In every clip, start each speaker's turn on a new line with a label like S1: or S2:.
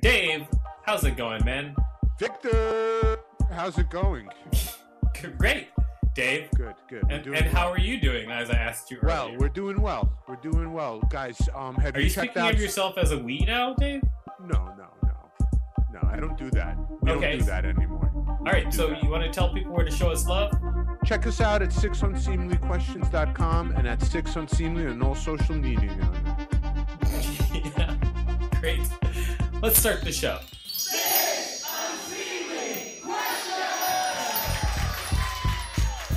S1: Dave, how's it going, man?
S2: Victor, how's it going?
S1: Great, Dave.
S2: Good, good. We're
S1: And,
S2: doing
S1: and how
S2: well.
S1: are you doing? As I asked you
S2: Well,
S1: earlier.
S2: we're doing well. We're doing well, guys. Um, have
S1: are you
S2: checked
S1: speaking
S2: out?
S1: of yourself as a we now, Dave?
S2: No, no, no, no. I don't do that. We
S1: Okay.
S2: don't do that anymore.
S1: All right, so you want to tell people where to show us love?
S2: Check us out at sixunseemlyquestions.com and at sixunseemly on all social media.
S1: yeah, great. Let's start the show.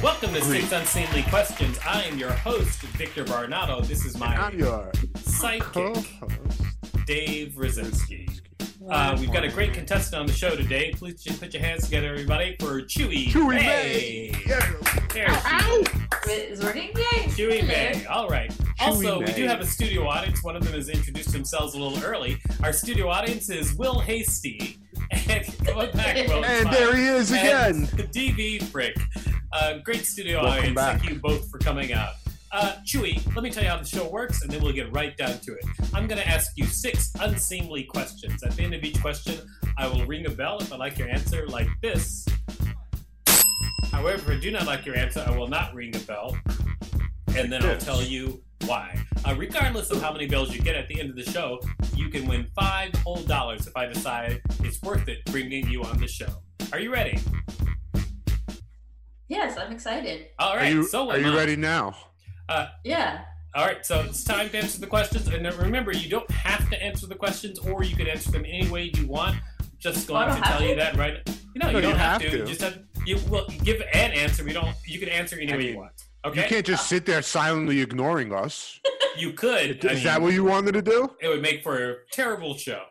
S1: Welcome to Six Unseemly Questions. I am your host, Victor Barnato. This is my
S2: I'm your
S1: sidekick,
S2: co-host.
S1: Dave Rosinski. Uh, we've got a great contestant on the show today. Please just put your hands together, everybody, for Chewy,
S2: Chewy
S1: May.
S2: May. Yeah.
S1: There she is.
S3: Wait, is it working? Yay!
S1: Chewy
S3: Hello.
S1: May. All right. also, we
S2: May.
S1: do have a studio audience. One of them has introduced themselves a little early. Our studio audience is Will Hasty. And come on back, Will.
S2: And there he is again.
S1: DB Frick. Uh, great studio
S2: Welcome
S1: audience.
S2: back.
S1: Thank you both for coming out. Uh, Chewy, let me tell you how the show works, and then we'll get right down to it. I'm going to ask you six unseemly questions. At the end of each question, I will ring a bell if I like your answer, like this. However, if I do not like your answer, I will not ring a bell, and then I'll tell you why. Uh, regardless of how many bells you get at the end of the show, you can win five whole dollars if I decide it's worth it bringing you on the show. Are you ready?
S3: Yes, I'm excited.
S1: All
S2: Are
S1: right.
S2: you,
S1: so
S2: are
S1: am
S2: you
S1: I.
S2: ready now?
S1: Uh,
S3: Yeah.
S1: all right. So it's time to answer the questions, and then remember, you don't have to answer the questions, or you can answer them any way you want. Just
S3: Oh, I
S1: going to
S3: don't have
S1: tell you
S3: to?
S1: that right. No, you
S2: you
S1: don't have,
S2: have
S1: to.
S2: to.
S1: You just have you. Well, give an answer. We don't. You can answer any
S2: I
S1: way you
S2: mean,
S1: want. Okay.
S2: You can't just sit there silently ignoring us.
S1: You could.
S2: Is
S1: I mean,
S2: that what you wanted to do?
S1: it would make for a terrible show.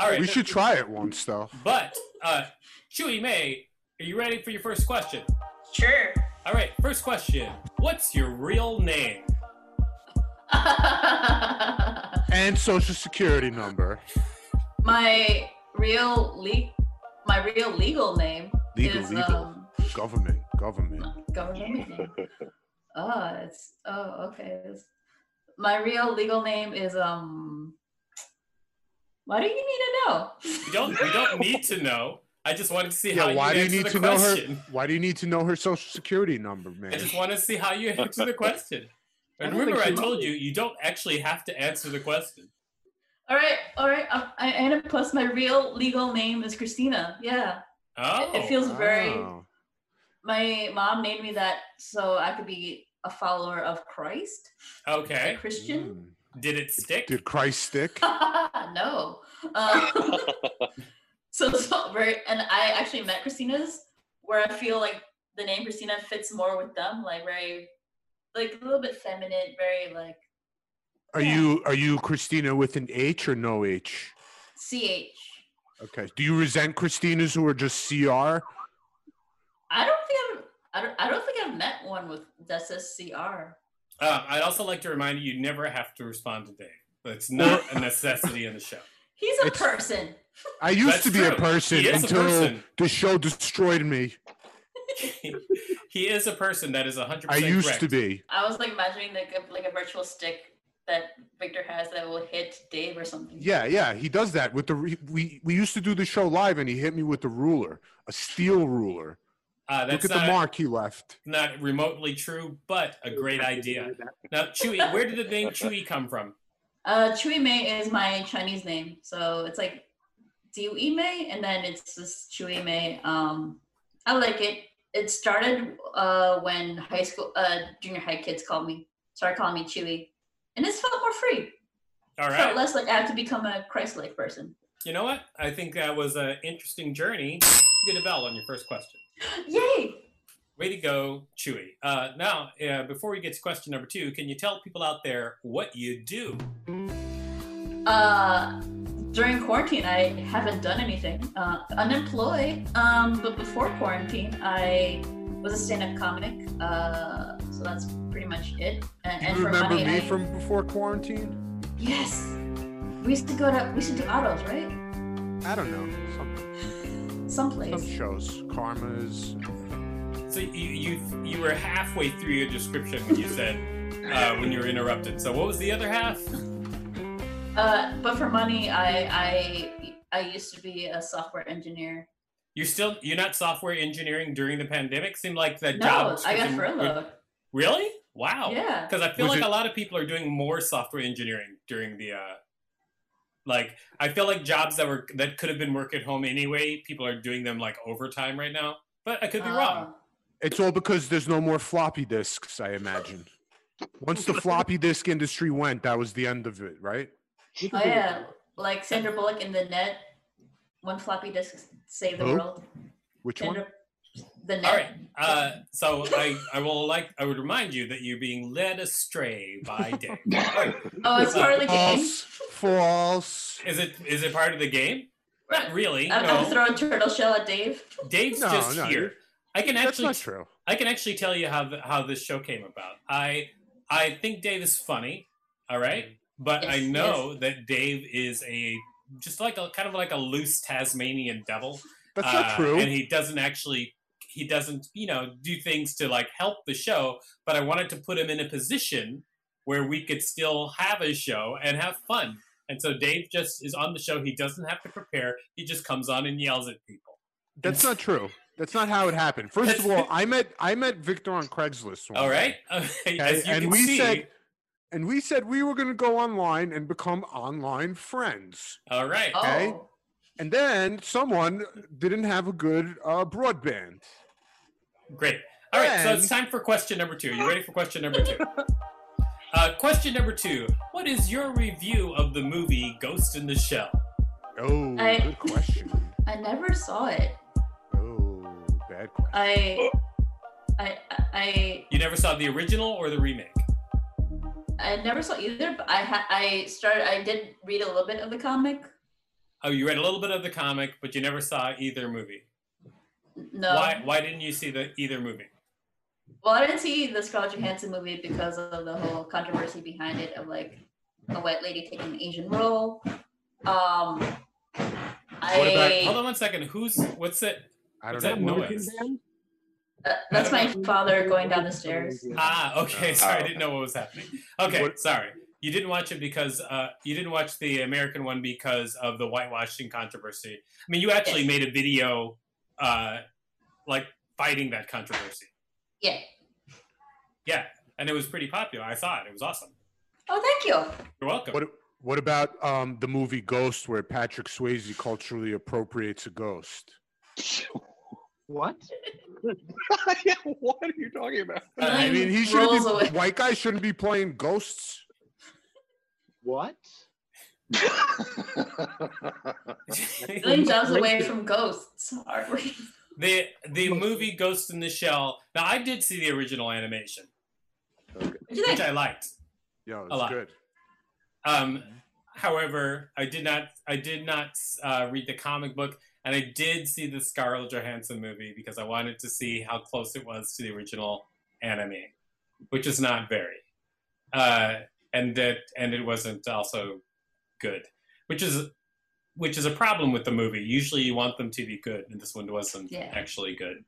S1: All right.
S2: We should try it once, though.
S1: But uh, Chewy May, are you ready for your first question?
S3: Sure.
S1: All right. First question. What's your real name?
S2: And social security number.
S3: my real le- my real legal name
S2: Legal,
S3: is
S2: legal.
S3: Um,
S2: Government, government.
S3: government name. oh, it's oh okay. It's, my real legal name is um. Why do you need to know?
S1: We don't. We don't need to know. I just wanted to see how
S2: Yeah, why do you
S1: answer
S2: need
S1: the
S2: to know her?
S1: question.
S2: Why do you need to know her social security number,
S1: I
S2: man?
S1: just want to see how you answer the question. And
S2: don't
S1: remember, I
S2: think she-
S1: told you, you don't actually have to answer the question.
S3: All right, all right. I'm, I, and plus, my real legal name is Christina. Yeah,
S1: Oh,
S3: it feels very
S2: Oh.
S3: my mom named me that so I could be a follower of Christ, a
S1: Oh, okay.
S3: Christian.
S2: Mm.
S1: Did it stick?
S2: Did Christ stick?
S3: no. Um, so, so very, and I actually met Christina's where I feel like the name Christina fits more with them, like very, like a little bit feminine, very like
S2: Are you are you Christina with an H or no H?
S3: CH.
S2: Okay. Do you resent Christinas who are just CR?
S3: I don't think I've, I don't, I don't think I've met one with that says CR.
S1: Um, I'd also like to remind you, you never have to respond to Dave. It's not a necessity in the show.
S3: He's a
S2: It's-
S3: person.
S2: I used
S1: That's
S2: to be a
S1: true.
S2: person
S1: He is a
S2: until
S1: person.
S2: the show destroyed me.
S1: he is a person that is 100%
S2: I used
S1: correct.
S2: to be.
S3: I was like imagining like a, like a virtual stick that Victor has that will hit Dave or something.
S2: Yeah, yeah. He does that with the re- we we used to do the show live and he hit me with the ruler, a steel ruler.
S1: Uh, that's
S2: Look at
S1: not,
S2: the mark he left.
S1: not remotely true, but a great idea. Now, Chewy, where did the name Chewy come from?
S3: Uh, Chewy Mei is my Chinese name, so it's like Diu Mei, and then it's just Chewy Mei. Um, I like it. It started uh, when high school, uh, junior high kids called me, started calling me Chewy, and this felt more free.
S1: All right.
S3: Felt less like I have to become a Christ-like person.
S1: You know what? I think that was an interesting journey. You get a bell on your first question.
S3: Yay!
S1: Way to go, Chewy. Uh, now, uh, before we get to question number two, can you tell people out there what you do?
S3: Uh, during quarantine, I haven't done anything. Uh, unemployed. Um, but before quarantine, I was a stand-up comic. Uh, so that's pretty much it. And,
S2: Do
S3: and
S2: you
S3: for
S2: remember
S3: money,
S2: me
S3: I-
S2: from before quarantine?
S3: yes. We used to go to we used to do autos, right?
S2: I don't know. Some, some
S3: Someplace.
S2: shows. Karma's.
S1: So you, you you were halfway through your description when you said uh, when you were interrupted. So what was the other half?
S3: Uh, but for money, I I I used to be a software engineer.
S1: You're still you're not software engineering during the pandemic. Seemed like the
S3: No,
S1: job.
S3: I got
S1: description-
S3: furloughed.
S1: Really? Wow.
S3: Yeah.
S1: Because I feel
S2: Was
S1: like
S2: it-
S1: a lot of people are doing more software engineering during the. Uh, like I feel like jobs that were that could have been work at home anyway, people are doing them like overtime right now. But I could be wrong.
S3: Oh.
S2: It's all because there's no more floppy disks, I imagine. Once the floppy disk industry went, that was the end of it, right?
S3: Oh yeah, like Sandra Bullock in the net. One floppy disk saved the
S2: Who?
S3: world.
S2: Which one?
S3: Sandra, the net.
S1: All right. Uh, so I, I will like I would remind you that you're being led astray by Dave. All right.
S3: Oh, it's part of the game.
S2: False. False.
S1: Is it is it part of the game? Not really.
S3: I'm
S1: no.
S3: gonna throw a turtle shell at Dave.
S1: Dave's
S2: No,
S1: just
S2: no,
S1: here.
S2: you're-
S1: I can
S2: That's
S1: actually
S2: not true.
S1: I can actually tell you how the, how this show came about. I I think Dave is funny, all
S2: Mm.
S1: right, but I
S3: Yes,
S1: know that Dave is a just like a kind of like a loose Tasmanian devil.
S2: That's
S1: uh,
S2: not true.
S1: And he doesn't actually he doesn't you know do things to like help the show. But I wanted to put him in a position where we could still have a show and have fun. And so Dave just is on the show. He doesn't have to prepare. He just comes on and yells at people.
S2: That's not true. That's not how it happened. First of all, I met I met Victor on Craigslist. one
S1: All
S2: day,
S1: right,
S2: okay?
S1: As you
S2: And
S1: can
S2: we
S1: see-
S2: said and we said we were going to go online and become online friends.
S1: all right.
S2: Okay.
S3: Oh,
S2: And then someone didn't have a good uh, broadband.
S1: Great. All right, so it's
S2: And-
S1: time for question number two. You ready for question number two? Uh, question number two. What is your review of the movie Ghost in the Shell?
S2: Oh,
S3: I-
S2: good question.
S3: I never saw it.
S2: Oh, bad question.
S3: I, I, I,
S1: You never saw the original or the remake?
S3: I never saw either. But I, ha- I started. I did read a little bit of the comic.
S1: Oh, you read a little bit of the comic, but you never saw either movie.
S3: No.
S1: Why? Why didn't you see the either movie?
S3: Well, I didn't see the Scarlett Johansson movie because of the whole controversy behind it of like a white lady taking an Asian role. Um,
S2: What about-
S3: I
S1: Hold on one second. Who's? What's it?
S2: I
S1: what's
S2: don't
S1: that
S2: know. what it
S1: noise?
S2: is.
S3: uh, that's my father going down the stairs.
S1: Ah, okay.
S2: Oh.
S1: Sorry, I didn't know what was happening. Okay,
S2: What-
S1: sorry. You didn't watch it because uh, you didn't watch the American one because of the whitewashing controversy. I mean, you actually
S3: Yes.
S1: made a video, uh, like fighting that controversy,
S3: Yeah.
S1: and it was pretty popular. I saw it; it was awesome.
S3: Oh, thank you.
S1: You're welcome.
S2: What, what about um, the movie Ghost, where Patrick Swayze culturally appropriates a ghost?
S4: What? yeah, what are you talking about?
S2: I
S3: Nine
S2: mean, he
S3: rolls
S2: shouldn't be,
S3: away.
S2: white guys shouldn't be playing ghosts.
S4: What?
S3: Million jobs away from ghosts. Are we?
S1: the the movie Ghost in the Shell. Now, I did see the original animation,
S3: What you
S1: which
S3: think?
S1: I liked.
S2: Yeah, it's
S1: lot.
S2: good.
S1: Um, however, I did not I did not uh, read the comic book, and I did see the Scarlett Johansson movie because I wanted to see how close it was to the original anime, which is not very, uh, and that and it wasn't also good, which is which is a problem with the movie. Usually, you want them to be good, and this one wasn't
S3: Yeah.
S1: actually good.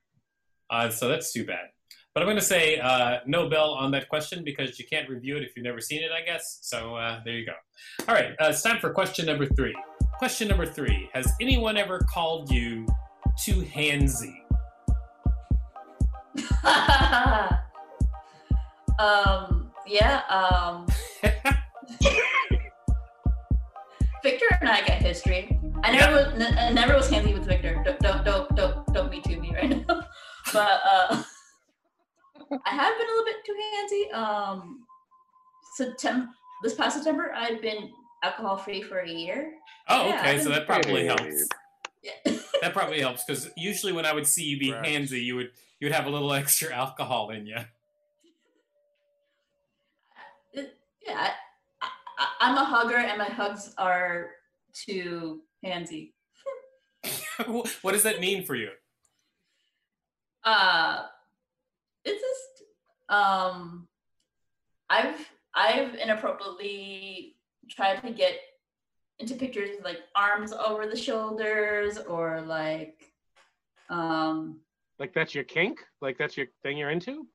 S1: Uh, so that's too bad. But I'm going to say uh, no bell on that question because you can't review it if you've never seen it, I guess. So uh, there you go. All right, uh, it's time for question number three. Question number three Has anyone ever called you too handsy?
S3: um. Yeah. Um. Victor and I got history. I never was, n- I never was handy with Victor. Don't don't don't don't, don't me to me right now. But uh, I have been a little bit too handy. Um, September this past September I've been alcohol free for a year.
S1: Oh,
S3: Yeah,
S1: okay, so that probably helps.
S3: Yeah.
S1: That probably helps because usually when I would see you be
S2: Right.
S1: handsy, you would you would have a little extra alcohol in you.
S3: yeah, I, I- I'm a hugger, and my hugs are to pansy.
S1: what does that mean for you?
S3: Uh, it's just um, I've I've inappropriately tried to get into pictures with like arms over the shoulders or like um
S5: Like that's your kink? Like that's your thing you're into?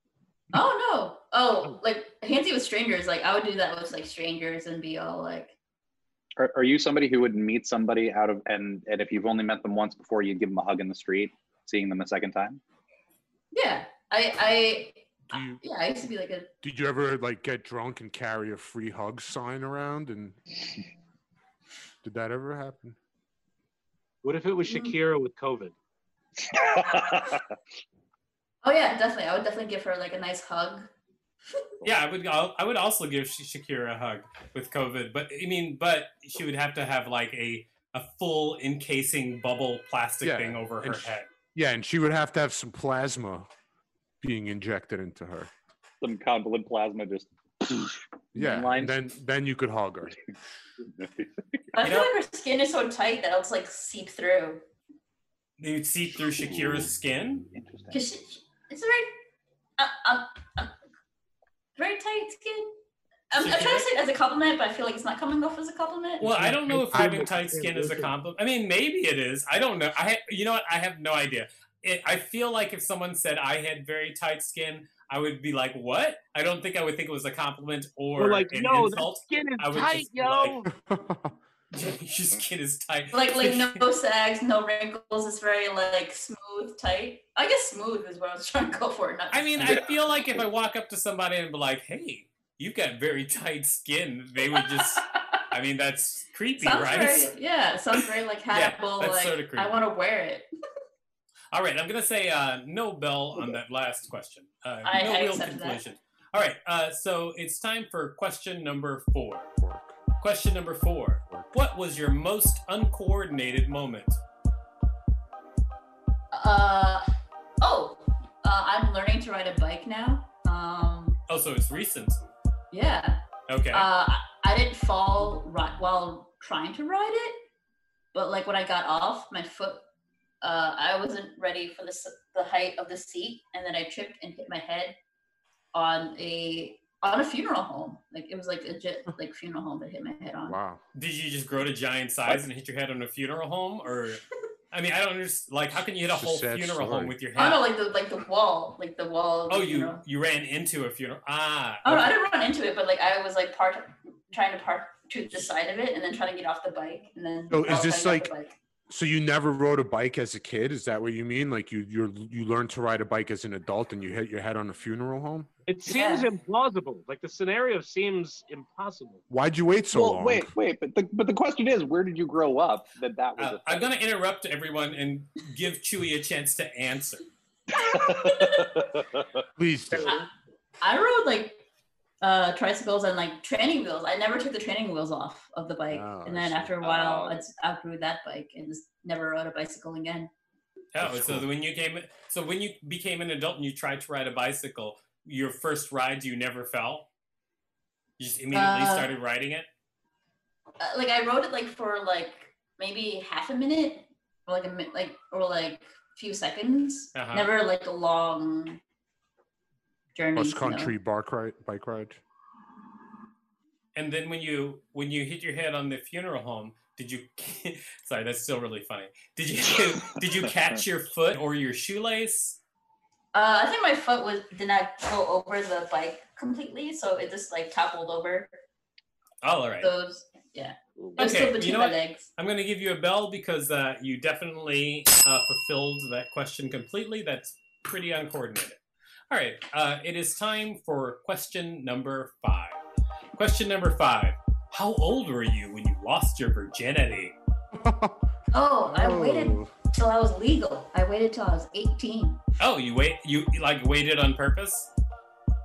S3: oh no oh like handsy with strangers like I would do that with like strangers and be all like
S4: Are, are you somebody who would meet somebody out of and and if you've only met them once before, you'd give them a hug in the street, seeing them a second time?
S3: yeah I
S2: Do you
S3: I yeah I used to be like a
S2: did you ever like get drunk and carry a free hug sign around and did that ever happen?
S5: What if it was
S3: Mm.
S5: Shakira with COVID?
S3: oh yeah definitely I would definitely give her like a nice hug
S1: Yeah, I would. I'll- I would also give Sh- Shakira a hug with COVID, but I mean, but she would have to have like a a full encasing bubble plastic
S2: Yeah,
S1: thing over
S2: and
S1: her
S2: sh-
S1: head.
S2: Yeah, and she would have to have some plasma being injected into her.
S4: Some convalescent plasma just.
S2: Yeah, and
S4: Lines.
S2: then then you could hug her.
S3: I
S1: You
S3: feel
S1: know-
S3: like her skin is so tight that it'll like seep through
S1: You'd see through Shakira's skin.
S4: Interesting.
S3: because it's a very uh, um, um, very tight skin. I'm, I'm trying to say it as a compliment, but I feel like it's not coming off as a compliment.
S1: Well, I don't know if
S5: I
S1: having
S5: would-
S1: tight skin is a compliment. I mean, maybe it is. I don't know. I ha- you know what? I have no idea. It, I feel like if someone said I had very tight skin, I would be like, "What?" I don't think I would think it was a compliment or
S5: We're like,
S1: an
S5: yo, the
S1: insult.
S5: skin
S1: I
S5: is
S1: would
S5: tight,
S1: just be like-
S5: yo.
S1: Your skin is tight.
S3: Like like no, no sags, no wrinkles. It's very like smooth, tight. I guess smooth is what I was trying to go for. Not
S1: I mean, I feel like if I walk up to somebody and be like, "Hey, you've got very tight skin," they would just. I mean, that's creepy,
S3: sounds
S1: right?
S3: very yeah, sounds very like
S1: Yeah,
S3: Hannibal.
S1: that's
S3: like
S1: sorta creepy.
S3: I want to wear it.
S1: All right, I'm gonna say uh, no bell on that last question. Uh,
S3: I-
S1: no
S3: I
S1: real
S3: accept that.
S1: conclusion. All right, uh, so it's time for question number four. Question number four. What was your most uncoordinated moment?
S3: Uh oh, uh, I'm learning to ride a bike now. Um
S1: Oh, so it's recent.
S3: yeah.
S1: Okay.
S3: Uh, I- I didn't fall ri- while trying to ride it, but like when I got off, my foot, uh, I wasn't ready for the s- the height of the seat, and then I tripped and hit my head on a on a funeral home. Like it was like a jet, like funeral home that hit my head on.
S2: Wow.
S1: Did you just grow to giant size and hit your head on a funeral home, or? I mean, I don't understand. Like, how can you hit a
S2: It's a
S1: whole
S2: sad
S1: funeral
S2: story.
S1: home with your
S3: Oh
S1: head?
S3: no, like the like the wall, like the wall. of the
S1: Oh, you
S3: funeral.
S1: you ran into a funeral. Ah.
S3: Oh no, I
S1: okay.
S3: didn't run into it, but like I was like part trying to park to the side of it, and then trying to get off the bike, and then.
S2: So is
S3: while
S2: this,
S3: trying to get off the bike.
S2: So you never rode a bike as a kid? Is that what you mean? Like you you're, you learned to ride a bike as an adult and you hit your head on a funeral home?
S5: It seems
S3: Yeah.
S5: implausible. Like the scenario seems impossible.
S2: Why'd you wait so
S4: well,
S2: long?
S4: wait, wait, but the but the question is, where did you grow up that that was?
S1: Uh, I'm going to interrupt everyone and give Chewie a chance to answer.
S4: a
S2: Please do.
S3: I rode like uh tricycles and like training wheels. I never took the training wheels off of the bike,
S2: Oh,
S3: and
S2: I
S3: then
S2: see.
S3: after a while,
S4: Oh.
S3: I just outgrew that bike and just never rode a bicycle again.
S1: Oh,
S2: That's
S1: so
S2: cool.
S1: when you came, so when you became an adult and you tried to ride a bicycle, your first ride, you never fell. You just immediately
S3: Uh,
S1: started riding it.
S3: Uh, like I rode it like for like maybe half a minute, or like a minute, like or like few seconds.
S1: Uh-huh.
S3: Never like a long journey.
S2: Cross
S3: no.
S2: country bark ride, bike ride.
S1: And then when you when you hit your head on the funeral home, did you? sorry, that's still really funny. Did you did you catch your foot or your shoelace?
S3: Uh, I think my foot was did not go over the bike completely, so it just like toppled over.
S1: Oh, all right.
S3: Those, yeah. It was
S1: Okay,
S3: still
S1: you
S3: between
S1: know
S3: my
S1: what?
S3: legs.
S1: I'm going to give you a bell because uh, you definitely uh, fulfilled that question completely. That's pretty uncoordinated. All right, uh, it is time for question number five. Question number five How old were you when you lost your virginity?
S3: Oh, I waited
S2: Oh,
S3: till I was legal. I waited till I was 18.
S1: Oh, you wait, you like waited on purpose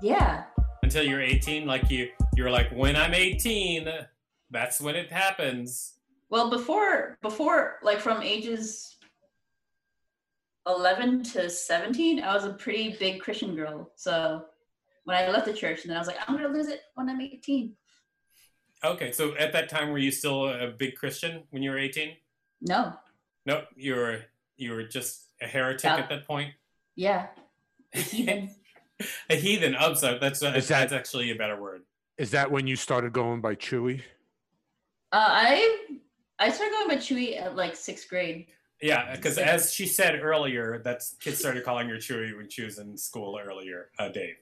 S3: Yeah.
S1: until you're 18? Like you, you were like, when I'm 18, that's when it happens.
S3: Well, before before like from ages 11 to 17, I was a pretty big Christian girl. So when I left the church, and then I was like, I'm gonna lose it when I'm 18.
S1: Okay, so at that time, were you still a big Christian when you were 18?
S3: No.
S1: Nope, you were you were just a heretic
S3: Yeah.
S1: at that point.
S3: Yeah. Heathen.
S1: A heathen. I'm sorry, that's uh,
S2: Is that-
S1: that's actually a better word.
S2: Is that when you started going by Chewy?
S3: Uh, I I started going by Chewy at like sixth grade.
S1: Yeah, because as she said earlier, that's kids started calling her Chewy when she was in school earlier, uh, Dave,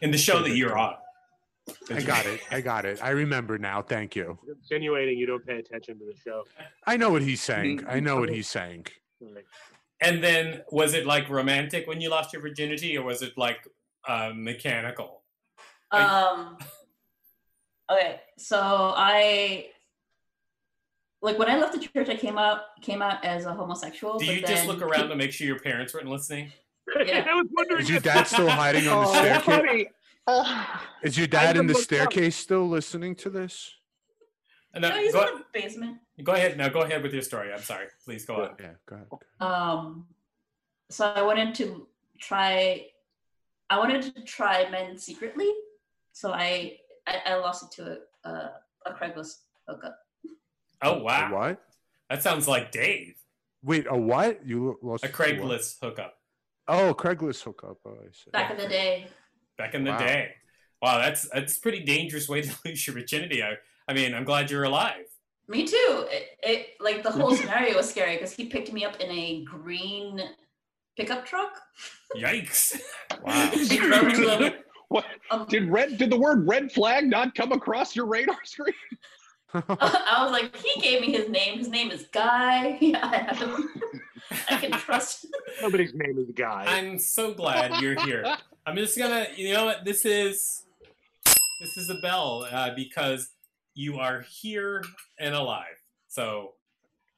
S1: in the show that you're on.
S2: I got it. I got it. I remember now. Thank you.
S5: You're insinuating you don't pay attention to the show.
S2: I know what he's
S4: Mm-hmm.
S2: saying. I know what he's saying.
S5: Like,
S1: And then, was it like romantic when you lost your virginity, or was it like uh, mechanical?
S3: Um. Okay, so I like when I left the church, I came out came out as a homosexual.
S1: Do
S3: but
S1: you just
S3: then-
S1: look around to make sure your parents weren't listening?
S3: Yeah.
S5: I was wondering.
S2: Is your
S5: if-
S2: dad still hiding on the
S3: Oh.
S2: staircase?
S4: Buddy, oh.
S2: Is your dad in
S4: even
S2: the
S4: looked up.
S2: staircase still listening to this?
S1: And
S3: No,
S1: then,
S3: he's
S1: Uh, go,
S3: in the basement.
S1: go ahead. No, go ahead with your story. I'm sorry. Please go on.
S2: Yeah, go ahead.
S3: Um, so I wanted to try. I wanted to try men secretly, so I I, I lost it to a, a, a Craigslist hookup.
S1: Oh
S2: A
S1: wow,
S2: what?
S1: that sounds like Dave.
S2: Wait, a what? You lo- lost
S1: A
S2: it to what?
S1: Craigslist hookup
S2: Oh, Craigslist hookup. Oh, I see.
S3: Back in the day,
S1: back in the
S2: Wow.
S1: day. Wow, that's that's a pretty dangerous way to lose your virginity. I, I mean, I'm glad you're alive.
S3: me too. It, it like the whole scenario was scary because he picked me up in a green pickup truck.
S1: Yikes!
S2: Wow.
S3: He drove to a-
S4: What?
S3: um,
S4: Did red? Did the word red flag not come across your radar screen?
S3: I was like, he gave me his name. His name is Guy. I, have him. I can trust.
S5: Nobody's name is Guy.
S1: I'm so glad you're here. I'm just gonna, you know what? This is this is a bell uh, because you are here and alive. So,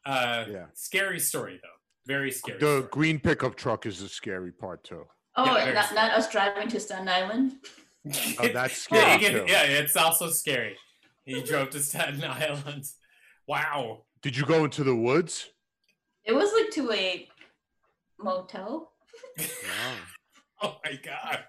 S1: uh,
S2: Yeah.
S1: scary story though. Very scary.
S2: The
S1: story.
S2: green pickup truck is the scary part too.
S3: Oh,
S1: Yeah, very
S3: not,
S1: scary.
S3: not us driving to Staten Island.
S2: Oh, that's
S1: yeah,
S2: scary
S1: it can-
S2: too.
S1: yeah, it's also scary. He drove to Staten Island. Wow.
S2: Did you go into the woods?
S3: It was like to a motel.
S1: Oh my god.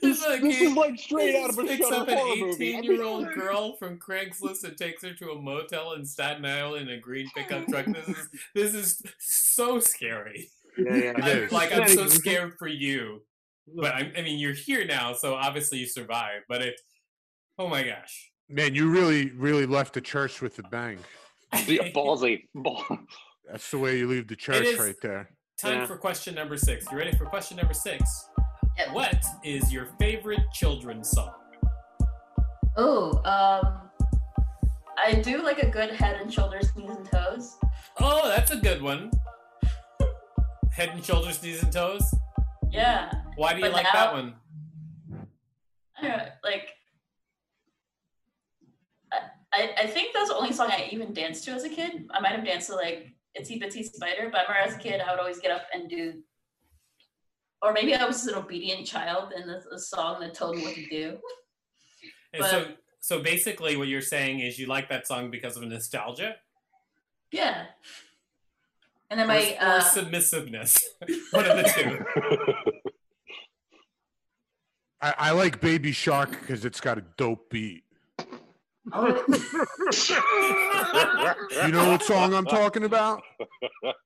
S4: This,
S1: It's like
S4: this
S1: he-
S4: is like straight out of a
S1: picks
S4: Shutter
S1: up an
S4: horror movie. I mean,
S1: 18 year old girl from Craigslist and takes her to a motel in Staten Island in a green pickup truck. This is this is so scary.
S5: yeah, yeah.
S2: It
S1: I'm,
S2: is.
S1: like I'm so
S5: Not even-
S1: scared for you, but I'm, I mean you're here now, so obviously you survived. But it, oh my gosh,
S2: Man, you really, really left the church with a bang.
S4: Yeah, ballsy. Ball.
S2: That's the way you leave the church
S1: is-
S2: right there.
S1: Time
S5: Yeah.
S1: for question number six. You ready for question number six?
S3: Yeah.
S1: What is your favorite children's song?
S3: Oh, um, I do like a good head and shoulders, knees and toes.
S1: Oh, that's a good one. Head and shoulders, knees and toes.
S3: Yeah,
S1: Why do you
S3: But
S1: like
S3: now-
S1: that one?
S3: I don't know, like. I- I, I think that's the only song I even danced to as a kid. I might have danced to like Itsy Bitsy Spider, but I remember as a kid I would always get up and do, or maybe I was just an obedient child and this a song that told me what to do.
S1: And so, so basically, what you're saying is you like that song because of nostalgia
S3: Yeah. And then
S1: or,
S3: my
S1: or
S3: uh,
S1: submissiveness. one of the two.
S2: I, I like Baby Shark because it's got a dope beat. You know what song I'm talking about?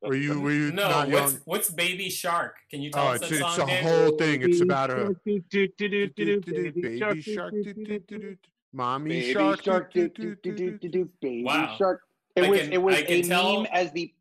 S2: Were you were you
S1: No,
S2: not
S1: what's
S2: young?
S1: what's Baby Shark? Can you tell
S2: Oh,
S1: us
S2: it's,
S1: that
S2: it's
S1: song?
S2: a
S1: Dan?
S2: whole thing. It's about a
S5: Do, do, do, do, do, do,
S2: baby shark, do, do, do, do, mommy
S4: Baby
S2: shark, do,
S4: shark, do,
S2: do,
S4: do,
S2: do, do, do.
S4: baby
S1: Wow.
S4: shark. It
S1: I
S4: was
S1: can-
S4: it was
S1: I can
S4: a
S1: tell-
S4: meme as the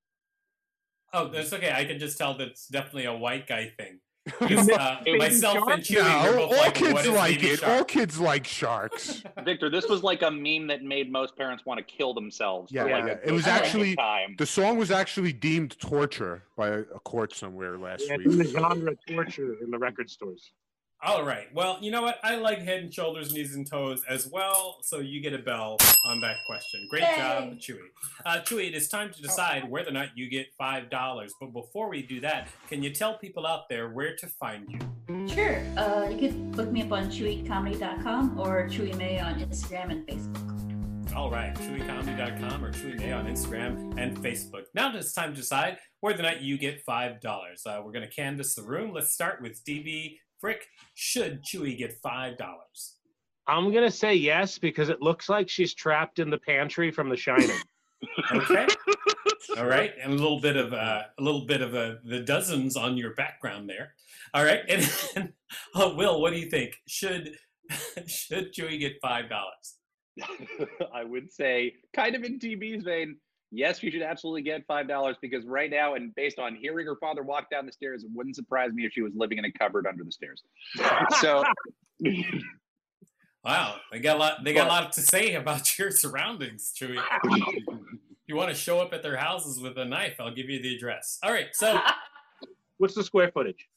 S1: Oh, that's okay. I can just tell that's definitely a white guy thing.
S5: You
S1: Because, uh,
S4: Baby
S1: myself and Chewy were
S2: No,
S1: both
S2: all
S1: like, "What
S2: kids
S1: is
S2: like
S1: Baby
S2: it.
S1: Shark?"
S2: All kids like sharks.
S4: Victor. This was like a meme that made most parents want to kill themselves. for,
S2: Yeah,
S4: like, a
S2: it was
S4: good
S2: actually-
S4: time.
S2: The song was actually deemed torture by a a court somewhere last
S5: Yeah, it's in the
S2: week.
S5: genre torture in the record stores.
S1: All right. Well, you know what? I like head and shoulders, knees and toes as well. So you get a bell on that question. Great
S3: Yay.
S1: job, Chewy. Uh, Chewy, it is time to decide whether or not you get five dollars. But before we do that, can you tell people out there where to find you?
S3: sure, uh, you could look me up on chewycomedy.com or Chewy May on Instagram and Facebook.
S1: All right, ChewyComedy.com or Chewy May on Instagram and Facebook. Now it's time to decide whether or not you get five dollars. Uh, we're going to canvass the room. Let's start with DB Frick. Should Chewy get five dollars?
S5: I'm gonna say yes because it looks like she's trapped in the pantry from The Shining.
S1: Okay. All right, and a little bit of uh, a little bit of uh, the dozens on your background there. All right, and, and uh, Will, what do you think? Should should Chewy get five dollars?
S4: I would say, kind of in TB's vein, yes, you should absolutely get five dollars because right now, and based on hearing her father walk down the stairs, it wouldn't surprise me if she was living in a cupboard under the stairs. so,
S1: Wow, they got a lot. They got a lot to say about your surroundings, Chewy. you want to show up at their houses with a knife? I'll give you the address. All right, so
S5: What's the square footage?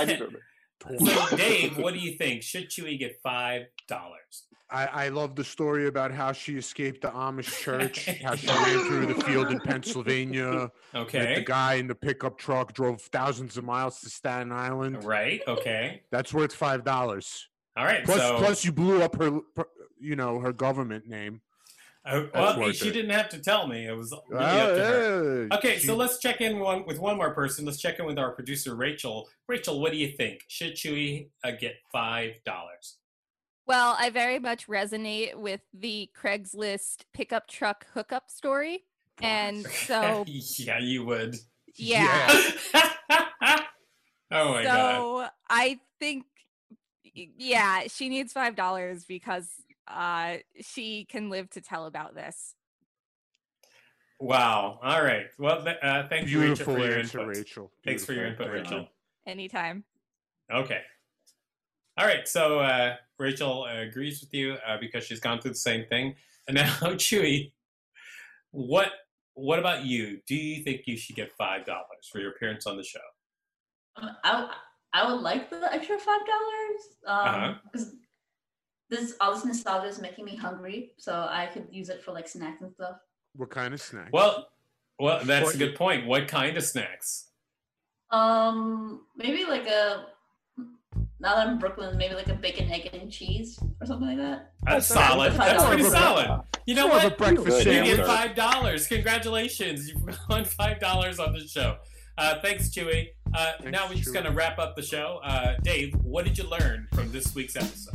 S4: remember.
S1: so Dave, what do you think? Should Chewy get five dollars?
S2: I, I love the story about how she escaped the Amish church, how she ran through the field in Pennsylvania. that The
S1: Okay,
S2: guy in the pickup truck drove thousands of miles to Staten Island.
S1: right. Okay,
S2: That's worth five dollars.
S1: all right.
S2: Plus,
S1: so,
S2: plus you blew up her, per- you know, her government name.
S1: Uh,
S2: That's
S1: well,
S2: worth
S1: she
S2: it.
S1: didn't have to tell me. It was really up to her.
S2: Oh, yeah,
S1: Okay,
S2: she-
S1: so let's check in one with one more person. Let's check in with our producer Rachel. Rachel, what do you think? Should Chewy uh, get five dollars?
S6: Well, I very much resonate with the Craigslist pickup truck hookup story. And so,
S1: yeah, you would.
S6: yeah.
S1: oh my god.
S6: so I think, y- yeah, she needs $5 because uh, she can live to tell about this.
S1: Wow. All right. Well, th- uh, thank you, Rachel,
S2: beautiful
S1: for your
S2: answer,
S1: input.
S2: Rachel.
S1: Thanks for your
S2: Beautiful.
S1: input,
S2: Thank you.
S1: Rachel.
S6: Anytime.
S1: Okay. All right. So uh, Rachel uh, agrees with you uh, because she's gone through the same thing. And now, Chewy, what what about you? Do you think you should get five dollars for your appearance on the show?
S3: Um, I I would like the extra five dollars
S1: Uh-huh.
S3: um because this all this nostalgia is making me hungry, so I could use it for like snacks and stuff.
S2: What kind of snack?
S1: Well, well, that's a
S2: What-
S1: good point. What kind of snacks?
S3: Um, maybe like a now that I'm in Brooklyn, maybe like a bacon, egg, and cheese or something like that.
S1: That's
S3: That's
S1: solid.
S3: a-
S1: That's
S3: that's
S1: pretty
S3: a-
S1: solid. You know
S2: More of a
S1: what?
S2: breakfast
S4: Good
S1: You
S4: answer.
S2: sandwich.
S1: get five dollars. Congratulations! You won five dollars on the show. Uh, thanks, Chewy. Uh, now
S2: Thanks,
S1: we're just
S2: Chewy.
S1: going to wrap up the show. Uh, Dave, what did you learn from this week's episode?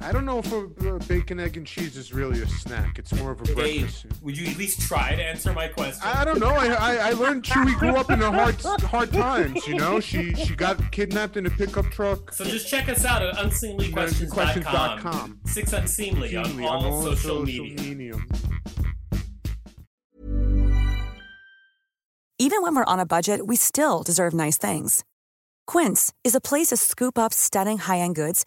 S2: I don't know if a, uh bacon, egg, and cheese is really a snack. It's more of a breakfast.
S1: Dave,
S2: sandwich.
S1: would you at least try to answer my question?
S2: I I don't know. I, I, I learned Chewy grew up in a hard hard times. You know, she she got kidnapped in a pickup truck.
S1: so just check us out at unseemlyquestions.com.
S2: Questions.com.
S1: Six Unseemly on
S2: Seemingly
S1: all, social, media.
S2: medium.
S7: Even when we're on a budget, we still deserve nice things. Quince is a place to scoop up stunning high end goods